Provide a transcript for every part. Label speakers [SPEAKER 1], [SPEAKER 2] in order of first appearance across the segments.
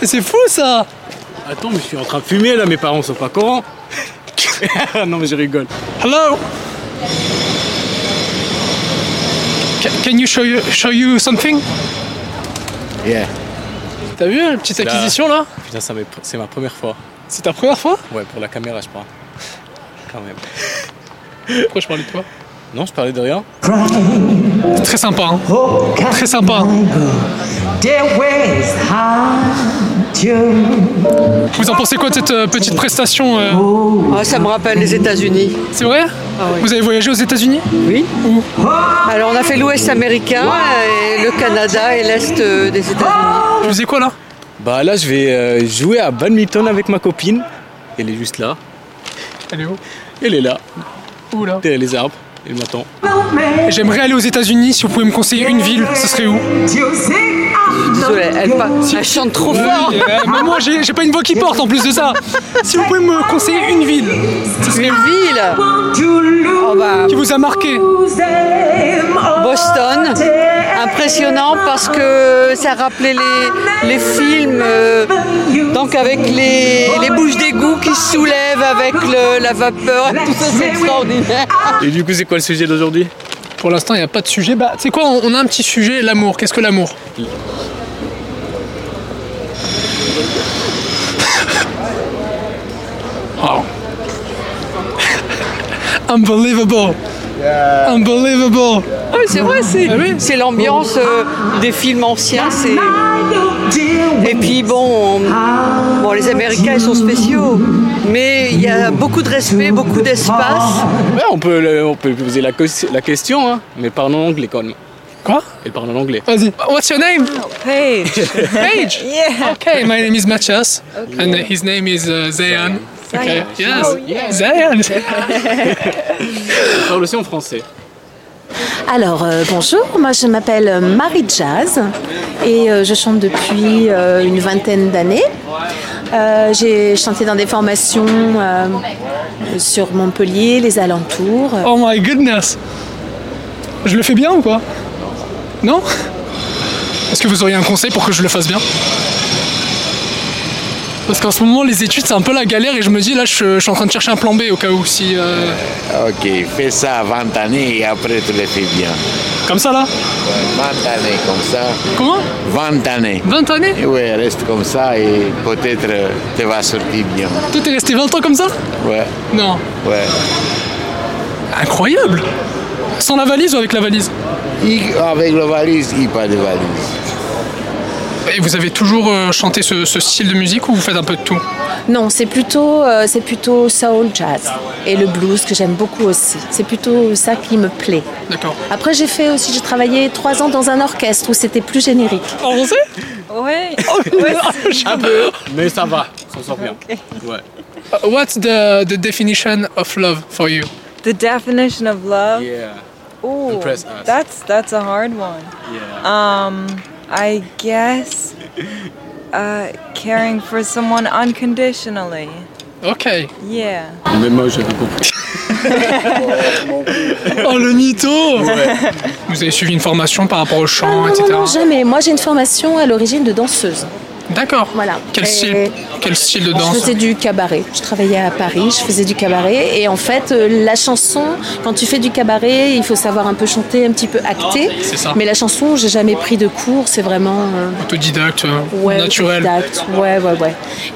[SPEAKER 1] Mais c'est fou ça
[SPEAKER 2] Attends, mais je suis en train de fumer là, mes parents sont pas courants. non, mais je rigole.
[SPEAKER 1] Hello Ca- Can you show, you show you something
[SPEAKER 2] Yeah.
[SPEAKER 1] T'as vu la petite
[SPEAKER 2] Là.
[SPEAKER 1] acquisition là
[SPEAKER 2] Putain, ça m'est- c'est ma première fois.
[SPEAKER 1] C'est ta première fois
[SPEAKER 2] Ouais, pour la caméra, je crois. Quand même.
[SPEAKER 1] Pourquoi je parlais de toi
[SPEAKER 2] Non, je parlais de rien.
[SPEAKER 1] C'est très sympa. hein. Très sympa. Vous en pensez quoi de cette euh, petite prestation euh
[SPEAKER 3] Ah, ça me rappelle les États-Unis.
[SPEAKER 1] C'est vrai
[SPEAKER 3] oui.
[SPEAKER 1] Vous avez voyagé aux États-Unis
[SPEAKER 3] Oui.
[SPEAKER 1] Où
[SPEAKER 3] Alors, on a fait l'Ouest américain, et le Canada et l'Est euh, des États-Unis.
[SPEAKER 1] Je vous ai quoi là
[SPEAKER 2] Bah là, je vais euh, jouer à badminton avec ma copine. Elle est juste là.
[SPEAKER 1] Elle est où
[SPEAKER 2] Elle est là.
[SPEAKER 1] Où là
[SPEAKER 2] Derrière les arbres. Elle m'attend.
[SPEAKER 1] J'aimerais aller aux États-Unis si vous pouvez me conseiller une ville, ce serait où
[SPEAKER 3] Désolée, elle, pa- elle chante trop fort.
[SPEAKER 1] Oui, euh, mais moi j'ai j'ai pas une voix qui porte en plus de ça. Si vous pouvez me conseiller une ville ce serait
[SPEAKER 3] Une
[SPEAKER 1] où
[SPEAKER 3] ville Oh, bah,
[SPEAKER 1] qui vous a marqué,
[SPEAKER 3] Boston, impressionnant parce que ça rappelait les, les films, euh, donc avec les, les bouches d'égout qui se soulèvent avec le- la vapeur, et tout ça c'est extraordinaire.
[SPEAKER 2] Et du coup, c'est quoi le sujet d'aujourd'hui
[SPEAKER 1] Pour l'instant, il n'y a pas de sujet. Bah, tu sais quoi, on on a un petit sujet, l'amour. Qu'est-ce que l'amour Wow. Unbelievable. Unbelievable.
[SPEAKER 3] Ah, mais c'est vrai, c'est,
[SPEAKER 1] Ah oui.
[SPEAKER 3] c'est l'ambiance euh, des films anciens, c'est... Et puis bon, on- bon, les Américains ils sont spéciaux, mais il y a beaucoup de respect, beaucoup d'espace.
[SPEAKER 2] Ouais, on peut, le- on peut poser la, cos- la question, hein. Mais parle en anglais quand même.
[SPEAKER 1] Quoi
[SPEAKER 2] Elle parle en anglais.
[SPEAKER 1] Vas-y. What's your name
[SPEAKER 4] Paige.
[SPEAKER 1] Paige.
[SPEAKER 4] Yeah.
[SPEAKER 1] Okay, my name is Matthias, and his name is uh, Zayan. Okay. Yes.
[SPEAKER 4] Oh,
[SPEAKER 1] Zayan.
[SPEAKER 2] Elle parle aussi en français.
[SPEAKER 4] Alors euh, bonjour, moi je m'appelle euh, Marie Jazz et euh, je chante depuis euh, une vingtaine d'années. Euh, j'ai chanté dans des formations euh, sur Montpellier, les alentours.
[SPEAKER 1] Oh my goodness. Je le fais bien ou pas Non Est-ce que vous auriez un conseil pour que je le fasse bien Parce qu'en ce moment, les études, c'est un peu la galère et je me dis, là, je, je suis en train de chercher un plan B au cas où si. euh,
[SPEAKER 5] Ok, fais ça 20 années et après tu le fais bien.
[SPEAKER 1] Comme ça, là
[SPEAKER 5] 20 années comme ça.
[SPEAKER 1] Comment
[SPEAKER 5] 20 années.
[SPEAKER 1] 20 années
[SPEAKER 5] Et oui, reste comme ça et peut-être euh, tu vas sortir bien.
[SPEAKER 1] Toi, t'es resté 20 ans comme ça
[SPEAKER 5] Ouais,
[SPEAKER 1] Non.
[SPEAKER 5] ouais.
[SPEAKER 1] Incroyable Sans la valise ou avec la valise
[SPEAKER 5] Et avec la valise, il n'y a pas de valise.
[SPEAKER 1] Et vous avez toujours euh, chanté ce, ce style de musique ou vous faites un peu de tout
[SPEAKER 4] Non, c'est plutôt, euh, c'est plutôt soul jazz et le blues que j'aime beaucoup aussi. C'est plutôt ça qui me plaît.
[SPEAKER 1] D'accord.
[SPEAKER 4] Après j'ai fait aussi, j'ai travaillé trois ans dans un orchestre où c'était plus générique.
[SPEAKER 1] En français
[SPEAKER 6] Ouais.
[SPEAKER 2] Un peu. Mais ça va. On s'en sort bien. Ouais.
[SPEAKER 1] What's the, the definition of love for you
[SPEAKER 6] The definition of love.
[SPEAKER 2] Yeah.
[SPEAKER 6] Ooh,
[SPEAKER 2] euh, Impress us.
[SPEAKER 6] that's that's a hard one.
[SPEAKER 2] Yeah.
[SPEAKER 6] Um, I guess uh, caring for someone unconditionally.
[SPEAKER 1] Ok.
[SPEAKER 6] Yeah.
[SPEAKER 2] Même moi, j'avais compris.
[SPEAKER 1] Oh le mytho Vous avez suivi une formation par rapport au chant,
[SPEAKER 4] Ah, non,
[SPEAKER 1] etc.
[SPEAKER 4] non, non, jamais. Moi j'ai une formation à l'origine de danseuse.
[SPEAKER 1] D'accord.
[SPEAKER 4] Voilà.
[SPEAKER 1] Quel
[SPEAKER 4] Et-
[SPEAKER 1] style Quel style de danse
[SPEAKER 4] Je faisais du cabaret. Je travaillais à Paris, je faisais du cabaret. Et en fait, euh, la chanson, quand tu fais du cabaret, il faut savoir un peu chanter, un petit peu acter.
[SPEAKER 1] C'est ça.
[SPEAKER 4] Mais la chanson, j'ai jamais pris de cours. C'est vraiment euh,
[SPEAKER 1] Autodidacte, euh,
[SPEAKER 4] ouais,
[SPEAKER 1] naturel.
[SPEAKER 4] autodidacte. Ouais, ouais, ouais.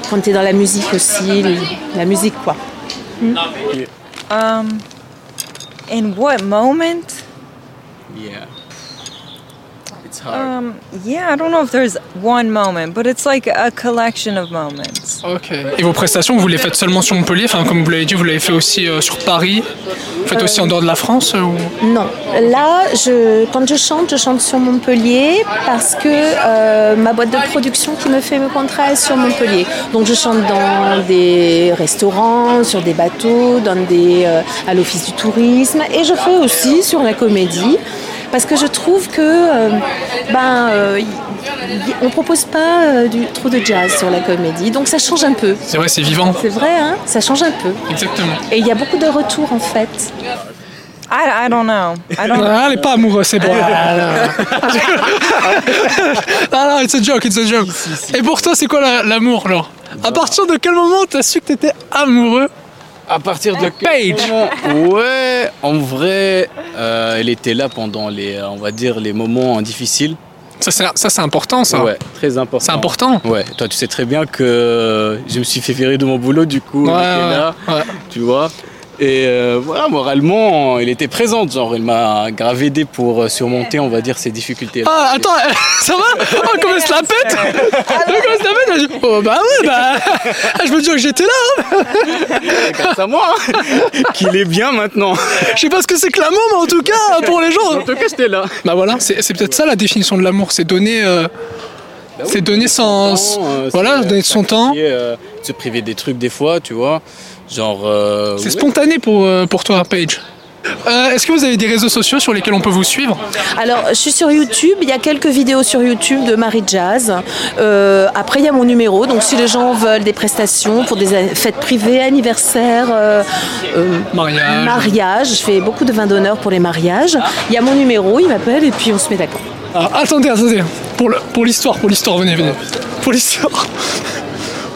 [SPEAKER 4] Quand t'es dans la musique aussi, le- la musique quoi.
[SPEAKER 6] Um, in what moment?
[SPEAKER 2] Yeah. It's hard.
[SPEAKER 6] Um, yeah, I don't know if there's one moment, but it's like a collection of moments.
[SPEAKER 1] Ok. Et vos prestations, vous les faites seulement sur Montpellier Enfin, comme vous l'avez dit, vous l'avez fait aussi euh, sur Paris. Vous faites aussi en dehors de la France euh, ou...
[SPEAKER 4] Non. Là, je, quand je chante, je chante sur Montpellier parce que euh, ma boîte de production qui me fait mes contrats est sur Montpellier. Donc je chante dans des restaurants, sur des bateaux, dans des, euh, à l'office du tourisme et je fais aussi sur la comédie parce que je trouve que euh, ben euh, y- y- on propose pas euh, du, trop de jazz sur la comédie, donc ça change un peu.
[SPEAKER 1] C'est vrai, c'est vivant.
[SPEAKER 4] C'est vrai, hein ça change un peu.
[SPEAKER 1] Exactement.
[SPEAKER 4] Et il y a beaucoup de retours en fait.
[SPEAKER 6] I, I don't know. I don't know.
[SPEAKER 1] Ah, elle est pas amoureuse, c'est bon. Ah non, it's a joke, it's a joke. Et pour toi, c'est quoi la- l'amour, genre À partir de quel moment t'as su que t'étais amoureux
[SPEAKER 7] À partir de quel
[SPEAKER 1] Paige
[SPEAKER 7] moment- Ouais, en vrai, euh, elle était là pendant les, euh, on va dire, les moments difficiles.
[SPEAKER 1] Ça, c'est ça, c'est important, ça.
[SPEAKER 7] Ouais, très important.
[SPEAKER 1] C'est important.
[SPEAKER 7] Ouais, toi tu sais très bien que je me suis fait virer de mon boulot du coup,
[SPEAKER 1] Ouais,
[SPEAKER 7] elle était
[SPEAKER 1] ouais,
[SPEAKER 7] là,
[SPEAKER 1] ouais.
[SPEAKER 7] tu vois. Et euh, voilà, moralement, elle était présente, genre elle m'a grave aidé pour euh, surmonter, on va dire, ces difficultés. là
[SPEAKER 1] Ah, attends, ça va Oh, comment elle se la pète Comment elle se la pète Elle dit, Oh, bah ouais, bah. ah, Je me dis que j'étais là.
[SPEAKER 7] Grâce à moi, hein, qu'il est bien maintenant.
[SPEAKER 1] hein. Je sais pas ce que c'est que l'amour, mais en tout cas, pour les gens.
[SPEAKER 7] En tout cas, j'étais là.
[SPEAKER 1] Bah voilà, c'est c'est peut-être ça la définition de l'amour, c'est donner. euh,
[SPEAKER 7] Bah
[SPEAKER 1] c'est donner sans.
[SPEAKER 7] Euh,
[SPEAKER 1] voilà,
[SPEAKER 7] c'est, euh,
[SPEAKER 1] donner de son temps.
[SPEAKER 7] sacrifier, euh, se priver des trucs des fois, tu vois. Genre. euh,
[SPEAKER 1] C'est
[SPEAKER 7] ouais.
[SPEAKER 1] spontané pour, euh, pour toi, Paige. Euh, Est-ce que vous avez des réseaux sociaux sur lesquels on peut vous suivre
[SPEAKER 4] Alors, je suis sur YouTube. Il y a quelques vidéos sur YouTube de Marie Jazz. Euh, après, il y a mon numéro. Donc, si les gens veulent des prestations pour des a- fêtes privées, anniversaires, euh, euh,
[SPEAKER 1] Mariage.
[SPEAKER 4] mariages, je fais beaucoup de vin d'honneur pour les mariages. Il y a mon numéro. Il m'appelle et puis on se met d'accord.
[SPEAKER 1] Alors, Ah, attendez, attendez. Pour le- pour l'histoire, pour l'histoire, venez, venez. Pour l'histoire.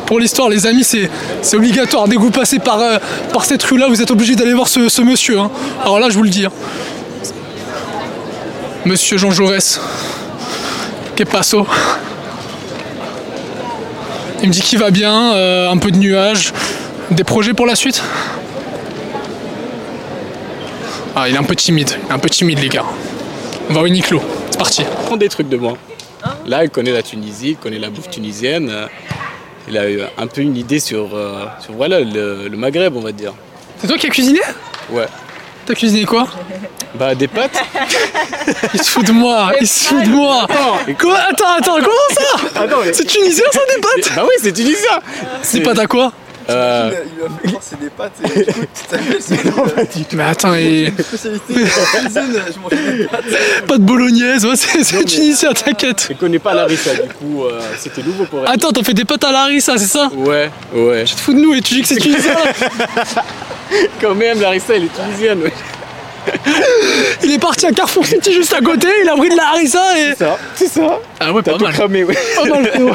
[SPEAKER 1] Pour l'histoire, les amis, c'est c'est obligatoire. Dès que vous passez par, euh, par cette rue-là, vous êtes obligé d'aller voir ce, ce monsieur. hein. Alors là, je vous le dis. hein. Monsieur Jean Jaurès. Que passo Il me dit qu'il va bien, euh, un peu de nuages. Des projets pour la suite Ah, il est un peu timide. Il est un peu timide, les gars. On va au Uniqlo. C'est parti.
[SPEAKER 7] prend des trucs de moi. Là, il connaît la Tunisie, il connaît la bouffe tunisienne. euh, Il a eu un peu une idée sur, euh, sur voilà, le, le Maghreb, on va dire.
[SPEAKER 1] C'est toi qui as cuisiné
[SPEAKER 7] Ouais.
[SPEAKER 1] T'as cuisiné quoi
[SPEAKER 7] Bah, des pâtes
[SPEAKER 1] Il se fout de moi, il se fout de moi Quoi Attends, attends, comment ça
[SPEAKER 7] Attends, mais-
[SPEAKER 1] C'est tunisien ça des pâtes
[SPEAKER 7] Bah oui, c'est tunisien
[SPEAKER 1] Des pâtes à quoi
[SPEAKER 7] Euh,
[SPEAKER 8] Il a fait croire que c'est des pâtes et du coup, tu t'appelles, c'est une
[SPEAKER 1] Mais attends, et...
[SPEAKER 8] spécialité de cuisine, je mangeais des pâtes.
[SPEAKER 1] pâtes bolognaise, ouais, c'est c'est tunisien, t'inquiète
[SPEAKER 7] Elle connaît pas Larissa, du coup, euh, c'était nouveau pour elle.
[SPEAKER 1] Attends, t'as fait des pâtes à la harissa, c'est ça
[SPEAKER 7] Ouais, ouais.
[SPEAKER 1] Tu te fous de nous et tu dis que c'est tunisien
[SPEAKER 7] Quand même, Larissa, elle est tunisienne. ouais.
[SPEAKER 1] Il est parti à Carrefour City juste à côté, il a pris de la harissa et...
[SPEAKER 7] C'est ça,
[SPEAKER 1] Ah ouais,
[SPEAKER 7] T'as
[SPEAKER 1] pas
[SPEAKER 7] tout
[SPEAKER 1] mal
[SPEAKER 7] cramé, ouais.
[SPEAKER 1] Pas mal, frérot.